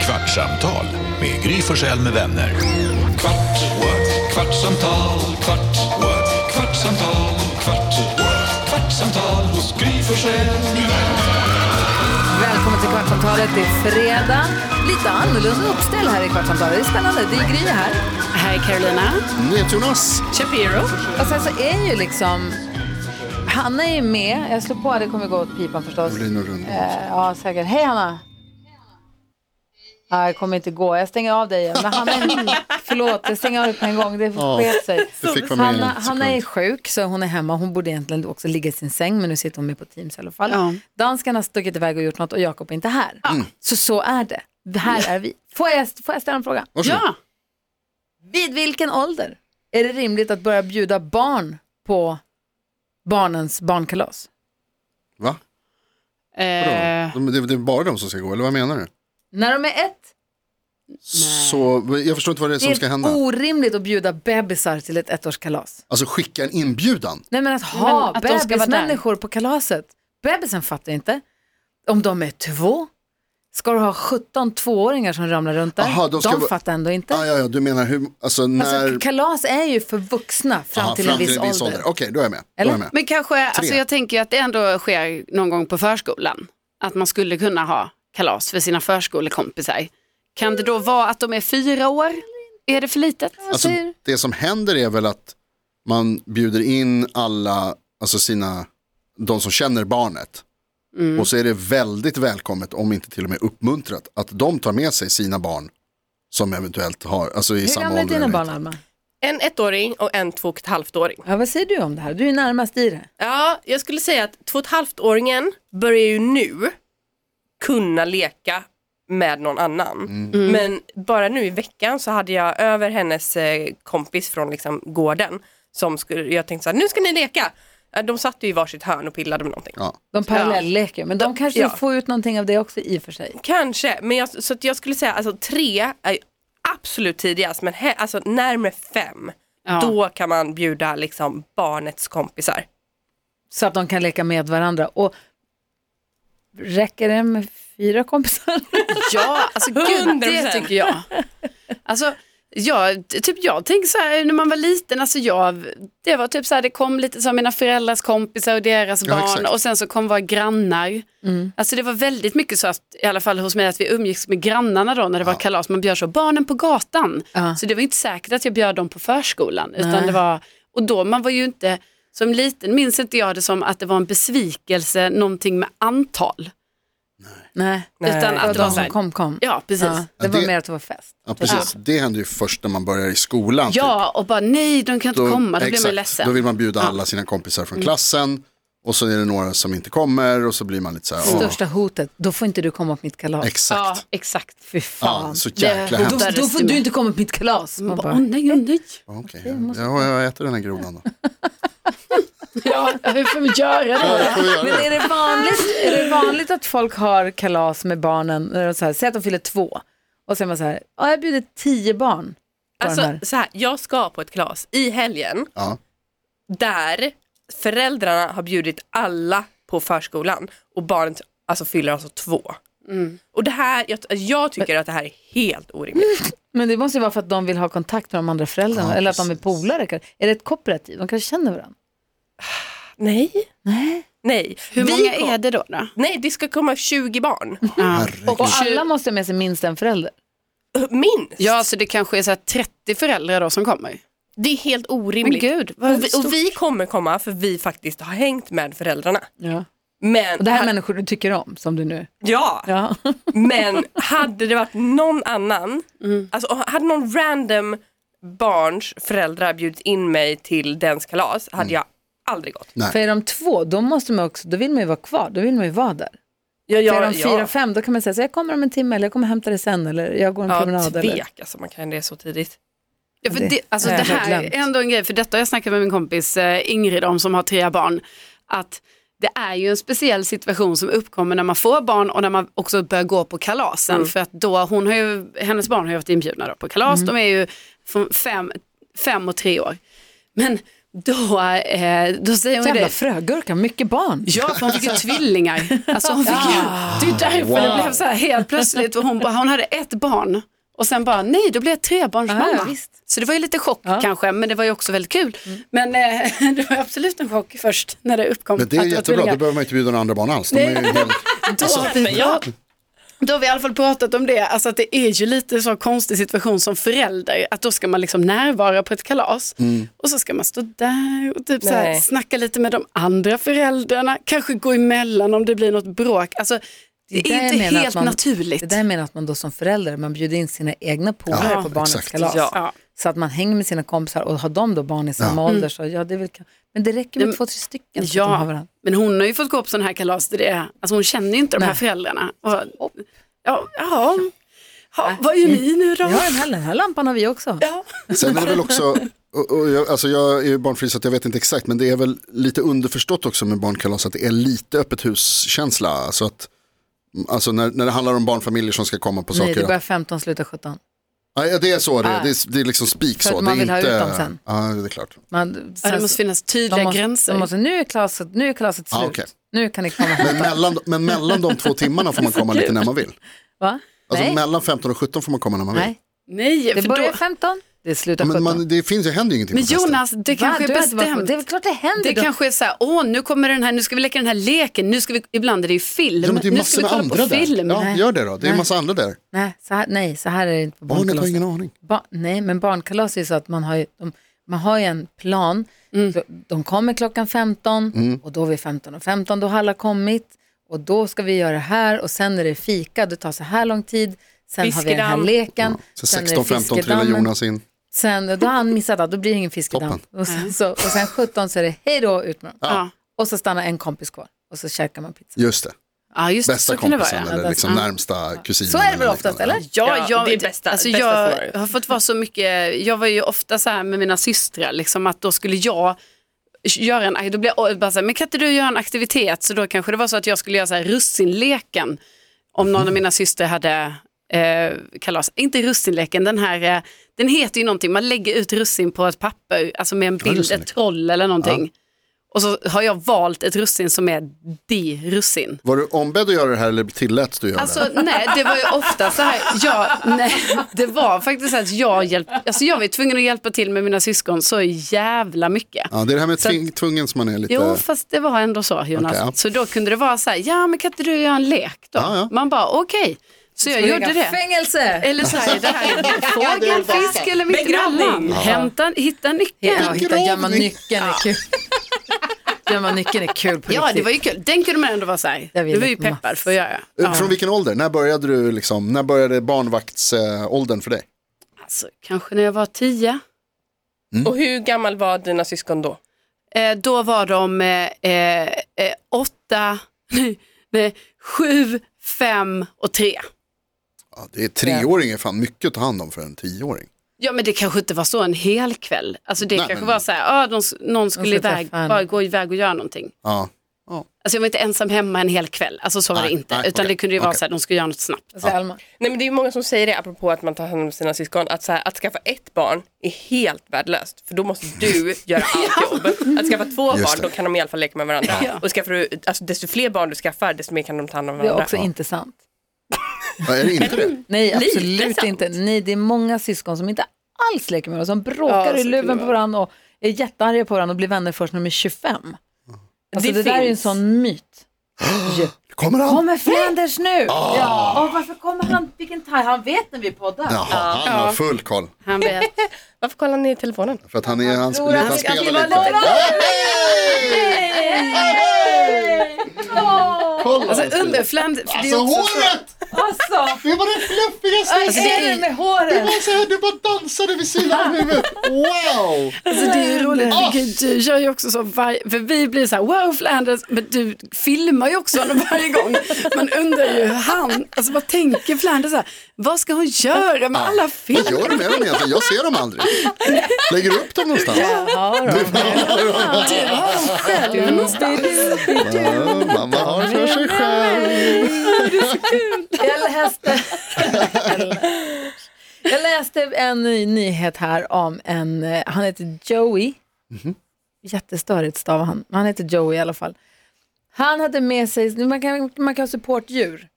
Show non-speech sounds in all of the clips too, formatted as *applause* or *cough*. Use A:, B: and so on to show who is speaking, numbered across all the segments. A: Kvartsamtal med Gry Forssell med vänner. Kvart, what? kvartsamtal, kvart, what? kvartsamtal, kvart, what? kvartsamtal hos Gry Forssell med vänner.
B: Välkommen till Kvartsamtalet. Det är fredag. Lite annorlunda uppställ här i Kvartsamtalet. Det är spännande. Det är Gry här.
C: Här är Carolina.
D: Jonas.
C: Shapiro.
B: Och sen så alltså är ju liksom... Hanna är ju med. Jag slår på. Det kommer gå åt pipan förstås.
D: Rolin och Rundgren.
B: Eh, ja, säkert. Hej Hanna! Nej, det kommer inte gå. Jag stänger av dig igen. Men Hanna *laughs* är... Förlåt, jag stänger av på en gång. Det
D: Ja,
B: sket sig.
D: det fick vara med
B: Hanna,
D: en sekund.
B: Hanna är sjuk, så hon är hemma. Hon borde egentligen också ligga i sin säng, men nu sitter hon med på Teams i alla fall.
C: Ja.
B: Danskarna har stuckit iväg och gjort något och Jakob är inte här.
D: Mm.
B: Så så är det. Det Här är vi. Får jag, får jag ställa en fråga?
D: Varsågod.
C: Ja,
B: Vid vilken ålder är det rimligt att börja bjuda barn på barnens barnkalas?
D: Va?
C: eh,
D: Vadå? De, det, det är bara de som ska gå, eller vad menar du?
B: När de är ett,
D: Så, jag förstår inte vad det är
B: det
D: som ska
B: är
D: hända.
B: orimligt att bjuda bebisar till ett ettårskalas.
D: Alltså skicka en inbjudan.
B: Nej men att ha
C: men att de ska vara där.
B: bebismänniskor på kalaset. Bebisen fattar inte. Om de är två, ska du ha 17 tvååringar som ramlar runt där?
D: Aha,
B: de
D: de ska vara-
B: fattar ändå inte.
D: Ah, ja, ja, du menar hur, alltså när...
B: Alltså, kalas är ju för vuxna fram
D: Aha,
B: till en viss ålder.
D: Okej, då är jag med. Då är
B: Eller?
D: jag med.
C: men kanske, alltså jag tänker ju att det ändå sker någon gång på förskolan. Att man skulle kunna ha kalas för sina förskolekompisar. Kan det då vara att de är fyra år? Är det för litet?
D: Alltså,
B: säger-
D: det som händer är väl att man bjuder in alla, alltså sina, de som känner barnet.
B: Mm.
D: Och så är det väldigt välkommet, om inte till och med uppmuntrat, att de tar med sig sina barn som eventuellt har, alltså i
B: Hur
D: samma
B: gamla är
D: ålder.
B: dina
D: eller
B: barn
D: inte.
B: Alma?
E: En ettåring och en två och ett halvt-åring.
B: Ja, vad säger du om det här? Du är närmast i det.
E: Ja, jag skulle säga att två och ett halvt-åringen börjar ju nu kunna leka med någon annan. Men bara nu i veckan så hade jag över hennes eh, kompis från liksom gården som skulle, jag tänkte så här, nu ska ni leka. Eh, De satt ju i varsitt hörn och pillade med någonting.
D: Ja.
B: De parallellleker, men de kanske
E: Ja.
B: får ut någonting av det också i och för sig.
E: Kanske, men jag, så att jag skulle säga alltså tre är ju absolut tidigast, men he, alltså närmare fem,
C: Ja.
E: då kan man bjuda liksom barnets kompisar.
B: Så att de kan leka med varandra. Och räcker det med fyra kompisar?
C: Ja, alltså gud, det
E: 100%.
C: tycker jag. Alltså, jag, typ jag tänker så här, när man var liten, alltså jag, det var typ så här, det kom lite som mina föräldrars kompisar och deras
D: Ja,
C: barn
D: exakt.
C: och sen så kom våra grannar.
B: Mm.
C: Alltså det var väldigt mycket så att, i alla fall hos mig, att vi umgicks med grannarna då när det var kalas, man bjöd så barnen på gatan.
B: Ja.
C: Så det var inte säkert att jag bjöd dem på förskolan, utan det var, och då man var ju inte, som liten minns inte jag det som att det var en besvikelse, någonting med antal.
B: Nej,
E: Nej.
C: Utan
B: det
C: att
B: var
C: det var
B: de
C: så
B: som
C: här,
B: kom kom.
C: ja precis.
B: Ja, det
D: Ja,
B: var
D: det-
B: mer att det var fest.
D: Ja, precis. Det händer ju först när man börjar i skolan. typ.
C: Ja, och bara nej, de kan inte
D: Då-
C: komma, Typ. då blir man
D: exakt.
C: ledsen. Mm.
D: Då vill man bjuda alla sina kompisar från klassen och så är det några som inte kommer och så blir man lite så här, "Åh,
B: Största hotet, då får inte du komma på mitt kalas.
C: Ja,
D: exakt.
C: exakt.
B: Fy fan.
D: Ja, så jäkla
C: Det-
B: då,
D: hemskt.
C: Där
B: då får
C: röster
B: du
C: med.
B: inte komma på mitt kalas. Man
C: Man bara,
B: bara,
C: åh nej, åh nej.
D: Okej,
C: Mm.
D: ja, jag äter den här grodan
C: *laughs*
D: då.
B: *laughs*
C: Ja, hur får vi göra
D: Ja,
C: det?
D: jag får göra
B: Men
D: det.
B: är det, vanligt, är det vanligt att folk har kalas med barnen, när de så här, säg att de fyller två, och sen man så här, ja, jag bjuder tio barn på den
E: Alltså
B: här.
E: så här, jag ska på ett kalas i helgen
D: Ja.
E: där föräldrarna har bjudit alla på förskolan och barnet alltså, fyller alltså två.
C: Mm.
E: Och det här, jag, jag tycker att det här är helt orimligt.
B: Men det måste ju vara för att de vill ha kontakt med de andra föräldrarna,
D: Ja,
B: eller att de är
D: precis.
B: polare. kanske. Är det ett kooperativ? De kanske känner varandra.
E: Nej. Nej.
C: Hur
E: Vi
C: många
E: kom-
C: är det då? då?
E: Nej, det ska komma 20 barn.
C: Ja.
D: Herregud.
B: Och alla måste ha med sig minst en förälder.
E: Minst.
C: ja, så det kanske är så här 30 föräldrar då som kommer.
E: Det är helt
C: Men
E: orimligt.
C: gud, vad
E: och, vi, och
C: stort.
E: vi kommer komma för vi faktiskt har hängt med föräldrarna.
B: Ja.
E: Men,
B: Och det här är människor du tycker om, som du nu.
E: ja,
B: Ja.
E: Men hade det varit någon annan, alltså hade någon random barns föräldrar bjudit in mig till dens kalas hade
D: Mm.
E: jag aldrig gått.
B: *laughs* För är de två, då, måste man också, då vill man ju vara kvar, då vill man ju vara där.
E: Jag,
B: För är de fyra, fem, då kan man säga så här, jag kommer om en timme, eller jag kommer hämta dig sen, eller jag går en
E: ja,
B: promenad. Eller.
E: tvek alltså man kan det så tidigt.
C: Ja, för
B: Det-
C: det, alltså,
B: Nej,
C: det
B: jag har
C: här
B: glömt.
C: är ändå en grej, för detta har jag snackat med min kompis eh, Ingrid om som har tre barn. Att det är ju en speciell situation som uppkommer när man får barn och när man också börjar gå på kalasen.
B: Mm.
C: För att då, hon har ju, hennes
B: Mm.
C: barn har ju varit inbjudna då på kalas, de är ju från fem, fem och tre år. Men då, eh, då säger hon ju
B: Jävla
C: det.
B: frögurka, mycket barn.
C: Ja,
B: *laughs*
C: för hon fick ju tvillingar. Alltså hon fick ju,
B: Ah.
C: det är därför det blev så här helt plötsligt. Och hon, bara, hon hade ett barn och sen bara, nej, då blev jag trebarnsmamma.
B: Ah, visst. Mm.
C: så det var ju lite chock kanske, men det var ju också väldigt kul. Men eh, *laughs* det var absolut en chock först när det uppkom.
D: Men det är
C: att var
D: jättebra, då
C: tvillingar.
D: behöver man inte bjuda några andra barn alls. De är ju helt...
C: Då, då har vi i alla fall pratat om det, alltså att det är ju lite så konstig situation som förälder, att då ska man liksom närvara på ett kalas och så ska man stå där och typ så här,
E: Nej.
C: snacka lite med de andra föräldrarna, kanske gå emellan om det blir något bråk. Alltså, det,
B: där
C: är
B: jag
C: inte
B: menar att
C: helt
B: man- Det
C: naturligt.
B: där menar att man då som förälder, man bjuder in sina egna polare
D: Ja,
B: på barnets
D: exakt.
B: kalas.
E: Ja.
C: Ja.
B: Så att man hänger med sina kompisar och har de då barn i samma ålder så ja, det är väl, men det räcker med två, tre stycken så att de har
C: Mm. Ja,
B: varandra.
C: men hon har ju fått gå på sådana här kalas där det är, alltså hon känner ju inte de här
B: Nej. Alltså,
C: föräldrarna. Och, ja, ja. Ha, vad gör ni nu då?
B: Ja, den här, den här lampan har vi också.
D: Sen är det väl också, och, och jag, alltså jag är ju barnfri så att jag vet inte exakt, men det är väl lite underförstått också med barnkalas att det är lite öppet huskänsla. Alltså, att, alltså när, när det handlar om barnfamiljer som ska komma på
B: Nej,
D: saker.
B: det börjar 15, slutar 17.
D: Ja, ja, det är så det är,
B: Ah.
D: det är, det är liksom spik
B: För att
D: så.
B: man
D: det är
B: vill ha
D: inte...
B: ut dem sen.
D: Ja, det är klart.
B: Man,
C: Ja,
B: sen-
C: det måste finnas tydliga
B: Alltså, de måste-
C: gränser.
B: de måste, nu är kalaset, nu är kalaset
D: Ah,
B: slut.
D: okej.
B: Nu kan ni komma och
D: Men
B: hämta.
D: mellan, men mellan de två timmarna får man komma lite när man vill.
B: Va?
D: Alltså
B: Nej,
D: mellan 15 och 17 får man komma när man vill.
B: nej.
C: Nej,
B: Det
C: för då,
B: börjar 15, det slutar
D: Ja,
B: 17.
D: Men man, det finns, det händer ju ingenting
C: men
D: på festen.
C: Jonas, det kanske
B: Du
C: är
B: har inte varit på-
C: bestämt.
B: Det är väl klart det händer.
C: Det
B: då.
C: kanske är så här, åh nu kommer den här, nu ska vi leka den här leken, nu ska vi, ibland är det ju film,
D: Ja, men det är
C: nu
D: massor
C: ska vi
D: med
C: kolla
D: andra
C: på film.
D: där. Ja,
B: Nej.
D: gör det då. Det är
B: Nej.
D: massa andra där.
B: Nej, så här, nej, så här är det inte på
D: Barnet har
B: barnkalas.
D: ingen aning.
B: Ba nej, men barnkalas är ju så att man har ju, de, man har ju en plan.
C: Mm.
B: Så De kommer klockan 15
D: Mm.
B: och då är vi 15 och 15, då har alla kommit och då ska vi göra det här och sen är det fika, det tar så här lång tid, sen har vi den här
E: Fiskedamm.
B: leken,
D: Så
B: sen är det
D: 16, 15 trillar
B: fiskedammen.
D: Jonas in.
B: Sen, då har han missat allt, då blir det ingen fiskedamm.
D: Toppen.
B: Och sen, så, och sen 17 så är det hej då, ut med dem.
C: Ja.
B: Och så stannar en kompis kvar och så käkar man pizza.
D: Just det.
C: Ja, just det,
D: Bästa
C: så kan det vara.
D: kompisen
C: ja.
D: eller
B: bästa.
D: liksom närmsta kusinen.
B: Så är det väl
D: eller
B: oftast,
D: liknande.
B: eller?
C: Ja,
E: Ja,
C: jag,
E: det är bästa-
C: alltså
E: bästa
C: jag
E: scenariot.
C: har fått vara så mycket, jag var ju ofta så här med mina systrar, liksom, att då skulle jag göra en, då blev jag bara så här, men kan inte du göra en aktivitet? Så då kanske det var så att jag skulle göra så här russinleken, om
E: *laughs*
C: någon av mina systrar hade eh, kalas. Inte russinleken, den här, eh, den heter ju någonting, man lägger ut russin på ett papper, alltså med en bild, ett
D: russinlek.
C: troll eller någonting. Och så har jag valt ett russin som är de russin.
D: Var du ombedd att göra det här eller tilläts du göra
C: Alltså nej, det var ju ofta så här. Jag, nej, det var faktiskt så att jag hjälpte, alltså jag var ju tvungen att hjälpa till med mina syskon så jävla mycket.
D: det? Ja, det är det här med
C: så att-
D: tving, tvungen som man är lite... Eh,
C: Jo, fast det var ändå så Jonas.
D: Okej, ja.
C: Så då kunde det vara så här, ja men kan inte du göra en lek då?
D: Ja, ja.
C: Man bara okej, så jag gjorde det.
B: Fängelse!
C: Eller så här, det
B: *laughs*
C: här är fågel, fisk eller mitt
E: Begravning.
C: emellan. Hämta, hitta nyckeln.
B: Ja, hitta gömma nyckeln är kul. *laughs* gömma nyckeln är kul på
C: Ja, det
B: riktigt.
C: var ju kul. Den kunde man ändå vara så här,
B: Jag
C: du
B: vet
C: var ju
B: inte,
C: peppad för att göra.
D: Eh, Från vilken ålder? När började du liksom, när började barnvaktsåldern för dig?
C: Alltså, kanske när jag var tio.
D: Mm.
E: Och hur gammal var dina syskon då?
C: Eh, då var de eh, eh, eh, åtta, *laughs* nej, sju, fem och tre.
D: Ja, det är treåring är fan mycket att ta hand om för en tioåring.
C: Ja men det kanske inte var så en hel kväll. Alltså det
D: Nej,
C: kanske
D: men-
C: var så här, ah, de, s- någon skulle
B: skulle
C: iväg,
B: träffa henne.
C: bara gå iväg och göra någonting.
D: Ja.
C: Alltså jag var inte ensam hemma en hel kväll, alltså så var
D: Nej,
C: det inte.
D: nej,
C: utan
D: okej,
C: det kunde ju vara
D: okej.
C: så här, de skulle göra något snabbt.
B: Alltså, Alma.
E: Nej men det är ju många som säger det apropå att man tar hand om sina syskon, att, så här, att skaffa ett barn är helt värdelöst för då måste
D: *laughs*
E: du göra allt jobb. Att skaffa två
D: Just
E: barn,
D: det.
E: då kan de i alla fall leka med varandra.
C: Ja.
E: Och skaffar du, alltså, desto fler barn du skaffar, desto mer kan de ta hand om
B: Det är
E: varandra.
B: också inte sant.
D: Ja, är det inte det?
B: Nej,
E: Lite
B: absolut
E: sant.
B: inte. Nej, det är många syskon som inte alls leker med varandra, som bråkar
E: Ja,
B: i
E: så kan det
B: luven på
E: vara.
B: varandra och är jättearga på varandra och blir vänner först när de är 25. Alltså, det, där är ju en
E: finns.
B: sån myt.
D: Kommer han?
B: Kommer Flanders nu?
C: Ah.
B: Ja. Och varför kommer han? Vilken taj? Han vet när vi poddar.
D: Jaha, han har full koll.
C: Han
D: *laughs*
C: vet.
E: Varför kollar ni i telefonen?
D: För att han, är, han,
B: tror
D: han,
B: att
D: han
B: han ska
D: spelar
B: vara
D: lite. Kolla!
C: Alltså under Fland, det är
D: Alltså
C: också så-
D: håret!
B: Alltså,
D: Det var det fluffigaste!
B: vad är det med håret?
D: Alltså, du bara dansade vid sidan av huvudet. Wow!
C: Alltså det är ju roligt, för gud, du gör ju också så, var- för vi blir så här wow Flanders, men du filmar ju också honom varje gång. Man undrar ju hur han, alltså vad tänker Flanders så här, vad ska hon göra med alla
D: Vad
C: filmer?
D: gör du med dem egentligen? Jag ser dem aldrig. Lägger du upp dem någonstans?
B: *laughs* Ja, då.
C: Du har dem själv någonstans.
D: Ja, mamma har för sig själv.
B: Jag läste, jag läste en ny nyhet här om en, eh, han heter Joey jättestörigt stavar han, han heter Joey i alla fall. Han hade med sig, man kan, man kan ha supportdjur,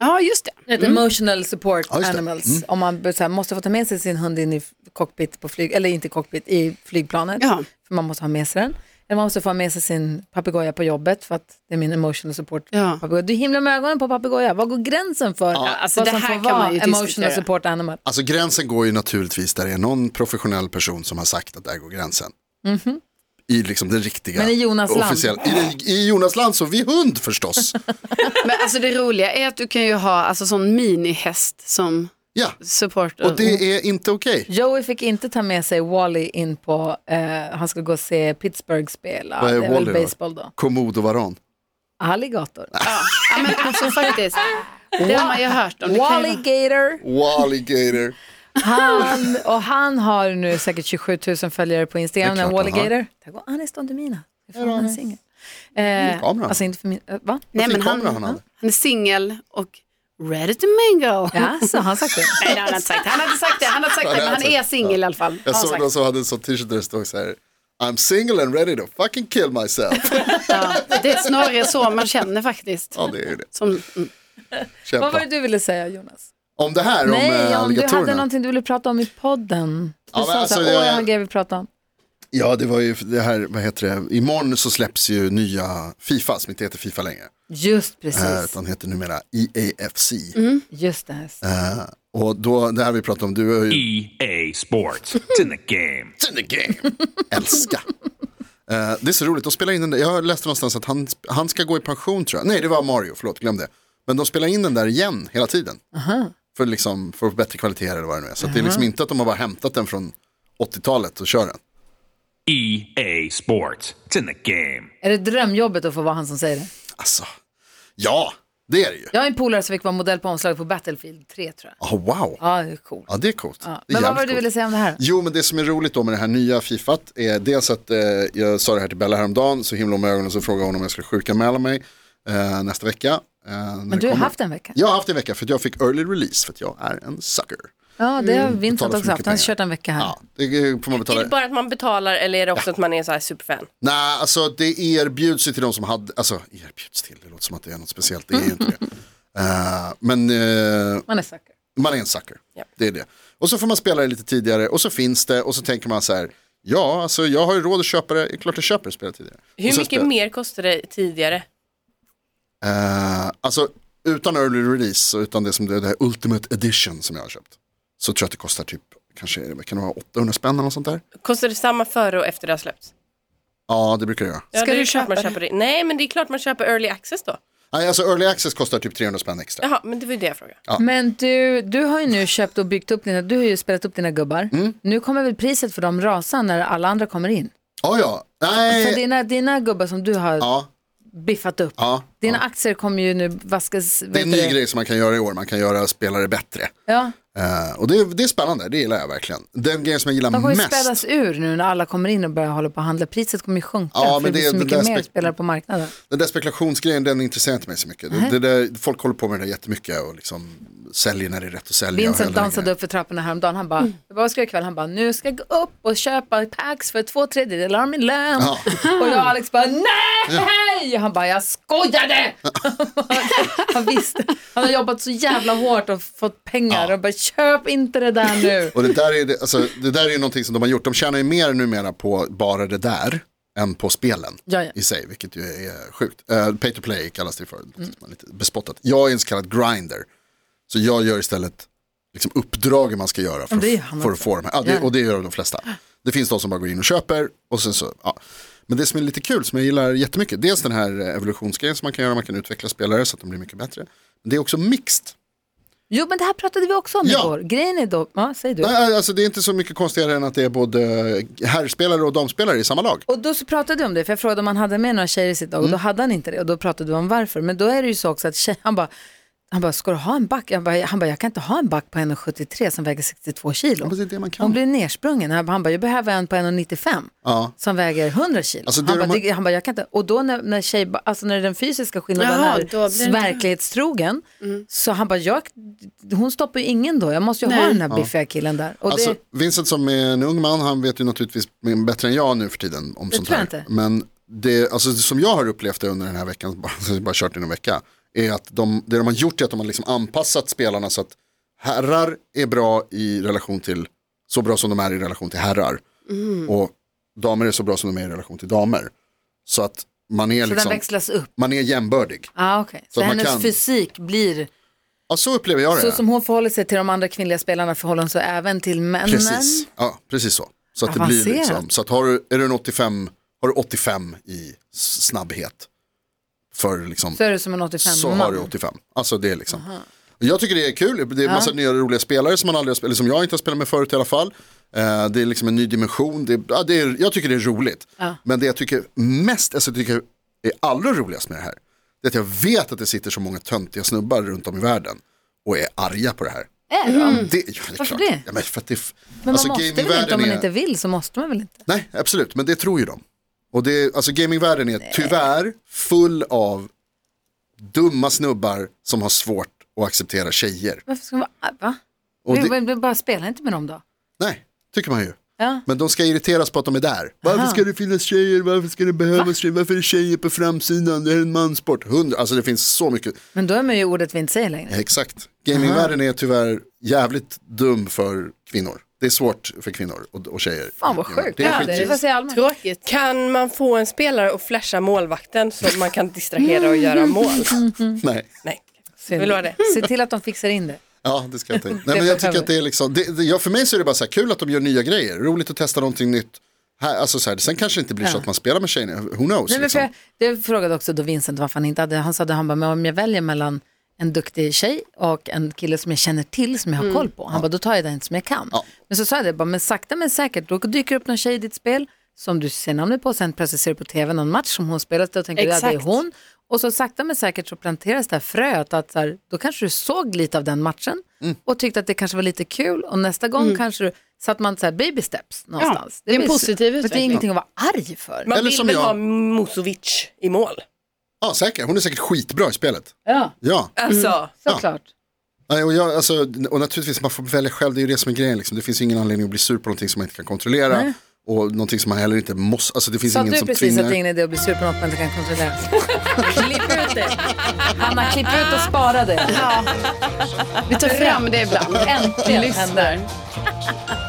C: Ja, just det.
B: ett emotional support
D: Ja, just det.
B: animals,
C: Mm.
B: om man be- så här, måste få ta med sig sin hund in i f- cockpit på flyg, eller inte cockpit, i flygplanet,
C: Ja.
B: för man måste ha med sig den. Eller man måste få ha med sig sin papegoja på jobbet för att det är min emotional support.
C: Ja.
B: papegoja. Du himlar med ögonen på papegoja, vad går gränsen för
C: alltså
B: vad
C: det
B: som
C: här
B: får
C: kan
B: vara
C: man ju
B: emotional
C: diskutera.
B: support animal?
D: Alltså gränsen går ju naturligtvis där det är någon professionell person som har sagt att där går gränsen. I liksom den riktiga.
B: Mhm. Men i Jonas Land?
D: officiella- I, den- I Jonas Land så vi hund
B: *laughs*
D: förstås.
C: Men alltså det roliga är att du kan ju ha alltså sån minihäst som
D: Ja,
C: support.
D: och det är inte okej.
B: Joey fick inte ta med sig Wally in på, eh, han skulle gå och se Pittsburgh spela,
D: Vad är
B: det är väl
D: Wall-E då?
B: baseball då.
D: Komodovaran.
B: Alligator.
C: Ja, men alltså faktiskt. Det har man ju hört om. Det kan
B: Wally
C: ju...
B: Gator.
D: Walligator.
B: Han, och han har nu säkert 27 000 följare på Instagram,
D: Ah. Det är
B: den
D: klart han har.
B: Walligator. Där går Anis Don Demina. Det är fan en singel. Eh,
D: kameran.
B: alltså inte för min, eh, va?
C: Nej, men
D: Fin
C: han,
D: kamera han
C: han
D: hade.
C: är singel och ready to mingle.
B: Ja, så han sagt det.
C: Nej, det har han inte sagt. Han har inte sagt det, han har inte sagt det, men han är singel i alla fall.
D: Jag
C: har han
D: såg
C: sagt.
D: någon som hade en sån t-shirt där det stod så här. I'm single and ready to fucking kill myself.
B: *laughs*
C: Ja, det är snarare så man känner faktiskt.
D: ja, det är ju det.
C: Som, mm.
B: Vad var
D: Kämpa.
B: det du ville säga Jonas?
D: Om det här, om
B: Nej,
D: eh,
B: om du hade
D: alligatorerna.
B: någonting du ville prata om i podden. Du
D: Ja, men
B: sa
D: alltså,
B: så här, åh
D: jag-
B: jag har en grej vi prata om.
D: Ja, det var ju det här, vad heter det, imorgon så släpps ju nya Fifa som inte heter Fifa längre.
B: Just
D: Eh,
B: precis, Mm.
D: utan heter numera EAFC.
B: just det. Här.
D: Eh, och då, det här vi pratat om, du har ju
F: EA E Sports. It's in the game.
D: It's in the game. *laughs* Älska. Eh, det är så roligt, de spelar in den där, jag läste någonstans att han, han ska gå i pension tror jag. Nej, det var Mario, förlåt, glöm det. Men de spelar in den där igen hela tiden. För, liksom, för bättre kvalitet eller vad det nu är. Så att det är liksom inte att de har bara hämtat den från 80-talet och kör den.
F: EA E Sports. It's in the game.
B: Är det drömjobbet att få vara han som säger det?
D: Alltså, ja, det är det ju.
B: Jag har en polare som fick vara modell på omslaget på Battlefield 3 tror jag.
D: Oh, wow,
B: Ja, det är coolt.
D: ja, det är coolt.
B: Ja.
D: Det är
B: Men vad
D: jävligt
B: var det du
D: coolt.
B: ville säga om det här?
D: Jo, men det som är roligt då med det här nya Fifat är dels att eh, jag sa det här till Bella häromdagen, så himla om ögonen så frågade hon om jag skulle sjukanmäla mig eh, nästa vecka. Eh,
B: Men du har haft en vecka.
D: Jag har haft en vecka för att jag fick early release för att jag är en sucker.
B: Ja, det har Vincent
D: Betalar Mm, för
B: också haft.
D: mycket
B: Han har
D: pengar.
B: kört en vecka här.
D: Ja, det får man
E: Är
D: betala.
E: det bara att man betalar eller är det också att man är så här superfan?
D: Nej, alltså det erbjuds ju till de som hade, alltså erbjuds till, det låter som att det är något speciellt, det är ju inte
B: *laughs*
D: det. Eh, men eh,
B: Man är säker.
D: Man är en sucker.
E: Ja.
D: Det är det. Och så får man spela det lite tidigare och så finns det och så tänker man så här. Ja, alltså jag har ju råd att köpa det. Det är klart jag köper det spelet tidigare.
E: Hur
D: Och så
E: mycket
D: spelar-
E: mer kostade det tidigare?
D: Eh, alltså utan early release och utan det som det, det här Ultimate Edition som jag har köpt. Så tror jag att det kostar typ, kanske vad kan det vara 800 spänn eller något sånt där.
E: Kostar det samma före och efter det har släppts?
D: Ja, det brukar det göra.
E: Ja,
C: Ska
E: det är
C: du
E: klart
C: köpa
E: man
C: det?
E: köper det? Nej, men det är klart man köper early access då.
D: Nej, alltså early access kostar typ 300 spänn extra.
E: Jaha, men det var ju det jag frågade.
B: Men du, du har ju nu köpt och byggt upp dina, du har ju spelat upp dina gubbar.
D: Mm.
B: Nu kommer väl priset för dem rasa när alla andra kommer in?
D: Ja, ja.
B: För
D: Nej.
B: dina, dina gubbar som du har
D: Eh. Ja,
B: biffat upp,
D: ja.
B: dina aktier kommer ju nu vaskas.
D: Det är en ny grej som man kan göra i år. Man kan göra spelare bättre.
B: Ja,
D: Eh, och det, är- det är spännande, det gillar jag verkligen. Den grejen som jag gillar
B: de kommer ju
D: mest.
B: spädas ur nu när alla kommer in och börjar hålla på och handla. Priset kommer ju sjunka
D: Ja,
B: för
D: men
B: det blir
D: det-
B: så
D: det
B: mycket
D: där
B: mer
D: spek-
B: spelare på marknaden.
D: Den där spekulationsgrejen den intresserar inte mig så mycket. Det, det där, folk håller på med det där jättemycket och liksom säljer när det är rätt att sälja. och
B: Vincent
D: hela den
B: dansade
D: grejen.
B: upp för trapporna häromdagen. Han bara,
D: Mm.
B: jag bara, vad ska jag göra ikväll? Han bara, nu ska jag gå upp och köpa packs för två tredjedelar av min lön.
D: Ja.
B: Och jag och Alex bara, nej! Han bara, jag skojade! han visste. Han har jobbat så jävla hårt och fått pengar och bara, köp inte det där nu.
D: *laughs* Och det där, är, det- alltså, det där är ju någonting som de har gjort. De tjänar ju mer numera på bara det där än på spelen
B: Ja, ja.
D: i sig, vilket ju är sjukt. Eh, pay to play kallas det för, mm. lite bespottat. Jag är en så kallad grinder, så jag gör istället liksom uppdragen man ska göra för,
B: Men det gör
D: att-
B: han
D: för att
B: också.
D: få dem här. Ja, det, och det gör de flesta. Det finns de som bara går in och köper och sen så, ja. Men det som är lite kul, som jag gillar jättemycket, dels den här evolutionsgrejen som man kan göra, man kan utveckla spelare så att de blir mycket bättre. Men det är också mixed.
B: Jo, men det här pratade vi också om
D: Ja.
B: igår. Grejen är då, ja, säg du.
D: Nej, alltså det är inte så mycket konstigare än att det är både eh, herrspelare och damspelare i samma lag.
B: Och då så pratade vi om det, för jag
D: Mm.
B: frågade om han hade med några tjejer i sitt lag och då hade han inte det och då pratade vi om varför. Men då är det ju så också att tjej, han bara, han bara, ska du ha en back? Jag bara, han bara, jag kan inte ha en back på 1,73 som väger 62 kilo.
D: Ja, men det är det man kan.
B: Hon blir nersprungen. Han bara, han bara, jag behöver en på 1,95
D: Ja.
B: som väger 100 kilo.
D: Alltså, det
B: han,
D: de
B: bara,
D: har-
B: det, han bara, jag kan inte. Och då när, när, tjej, alltså när den fysiska skillnaden
C: Jaha, då blir
B: är
C: det- Mm.
B: verklighetstrogen, så han bara, jag, hon stoppar ju ingen då. Jag måste ju ha den här biffiga killen där. Och
D: Alltså,
B: det,
D: Vincent som är en ung man, han vet ju naturligtvis bättre än jag nu för tiden om sånt
B: tror
D: här.
B: jag inte.
D: Men det alltså, som jag har upplevt det under den här veckan, *laughs* bara, så jag har bara kört i någon vecka, är att de, det de har gjort är att de har liksom anpassat spelarna så att herrar är bra i relation till, så bra som de är i relation till herrar.
B: Mm.
D: Och damer är så bra som de är i relation till damer. Så att man är,
B: så den
D: liksom,
B: växlas upp.
D: man är jämbördig.
B: Ah, okay. Så,
D: Så att man
B: hennes
D: kan-
B: fysik blir,
D: Ja, så upplever jag det.
B: så som hon förhåller sig till de andra kvinnliga spelarna förhåller hon sig även till männen.
D: Precis, ja, precis så. Så att det blir
B: Avancerat.
D: liksom, så att har du, är du en 85, har du 85 i s- snabbhet för liksom,
B: Så är det som en 85
D: så
B: man.
D: har du 85. Alltså det är liksom. Jag tycker det är kul, det är massa nya roliga spelare som man aldrig har spelat, eller som jag inte har spelat med förut i alla fall. Eh, det är liksom en ny dimension, det är, ja, det är, jag tycker det är roligt. Men det jag tycker mest, alltså jag tycker är allra roligast med det här, det är att jag vet att det sitter så många töntiga snubbar runt om i världen och är arga på det här. Mm.
B: Är de?
D: Det, ja, det är
B: Varför
D: klart.
B: det?
D: Ja, men för att det, f-
B: Men man
D: alltså,
B: måste väl inte,
D: gamingvärlden
B: om man
D: är-
B: inte vill så måste man väl inte?
D: Nej, absolut, men det tror ju de. Och det, alltså gamingvärlden är tyvärr full av dumma snubbar som har svårt att acceptera tjejer.
B: Varför ska man vara, va?
D: Och
B: Vi-
D: det,
B: vi- vi bara spela inte med dem då.
D: nej, tycker man ju.
B: Ja.
D: Men de ska irriteras på att de är där. Varför ska det finnas tjejer? Varför ska det behövas tjejer? Varför är tjejer på framsidan? Det här är en mansport. Hundra, alltså det finns så mycket.
B: Men då är man ju ordet vi inte säger längre.
D: Exakt. Gamingvärlden är tyvärr jävligt dum för kvinnor. Det är svårt för kvinnor och, och tjejer.
B: Fan vad sjukt.
D: Det är
B: Ja,
D: skittrist.
B: Vad säger Alma?
E: Tråkigt. Kan man få en spelare att flasha målvakten så att man kan distrahera och göra mål? *laughs*
B: Mm.
D: Nej.
E: Nej,
B: Se-
E: Mm. vill du ha det?
B: Se till att de fixar in det.
D: Ja,
B: *laughs*
D: det ska jag tänka. Nej, men jag tycker att det är liksom, det, det, ja, för mig så är det bara så här kul att de gör nya grejer, roligt att testa någonting nytt. Här, alltså så här, sen kanske det inte blir så att man spelar med tjejerna, who knows.
B: Nej, men för
D: liksom.
B: jag, jag frågade också då Vincent varför han inte hade, han sa att han bara, men om jag väljer mellan en duktig tjej och en kille som jag känner till som jag
C: Mm.
B: har koll på. Han bara, då tar jag den som jag kan.
D: Ja.
B: Men så sa jag det, bara, men sakta men säkert, då dyker upp någon tjej i ditt spel som du ser namnet på och sen plötsligt ser du på tv någon match som hon spelat och tänker att ja, det är
E: Exakt.
B: hon. Och så sakta men säkert så planteras det här fröet att så här, då kanske du såg lite av den matchen
C: Mm.
B: och tyckte att det kanske var lite kul och nästa gång kanske du, så att man så här baby steps någonstans.
C: det är en
B: blir så-
C: positiv
B: men Det är
C: utveckling.
B: ingenting att vara arg för.
E: Man
D: Eller
E: vill
D: som
E: väl
D: jag.
E: ha Musovic i mål?
D: Ja, säkert, hon är säkert skitbra i spelet.
B: Ja,
D: Ja,
E: Alltså,
B: såklart.
D: Nej, och, jag, alltså, och naturligtvis man får välja själv, det är ju det som är grejen. Liksom. Det finns ju ingen anledning att bli sur på någonting som man inte kan kontrollera. Och någonting som man heller inte måste, alltså det finns
B: Sa
D: ingen
B: du
D: som
B: precis
D: tvingar.
B: att det är ingen idé att bli sur på något man inte kan kontrollera? klipp ut det. Hanna, klipp ut och spara det.
C: Vi tar fram det ibland.
B: Äntligen händer.
C: Lyssnar.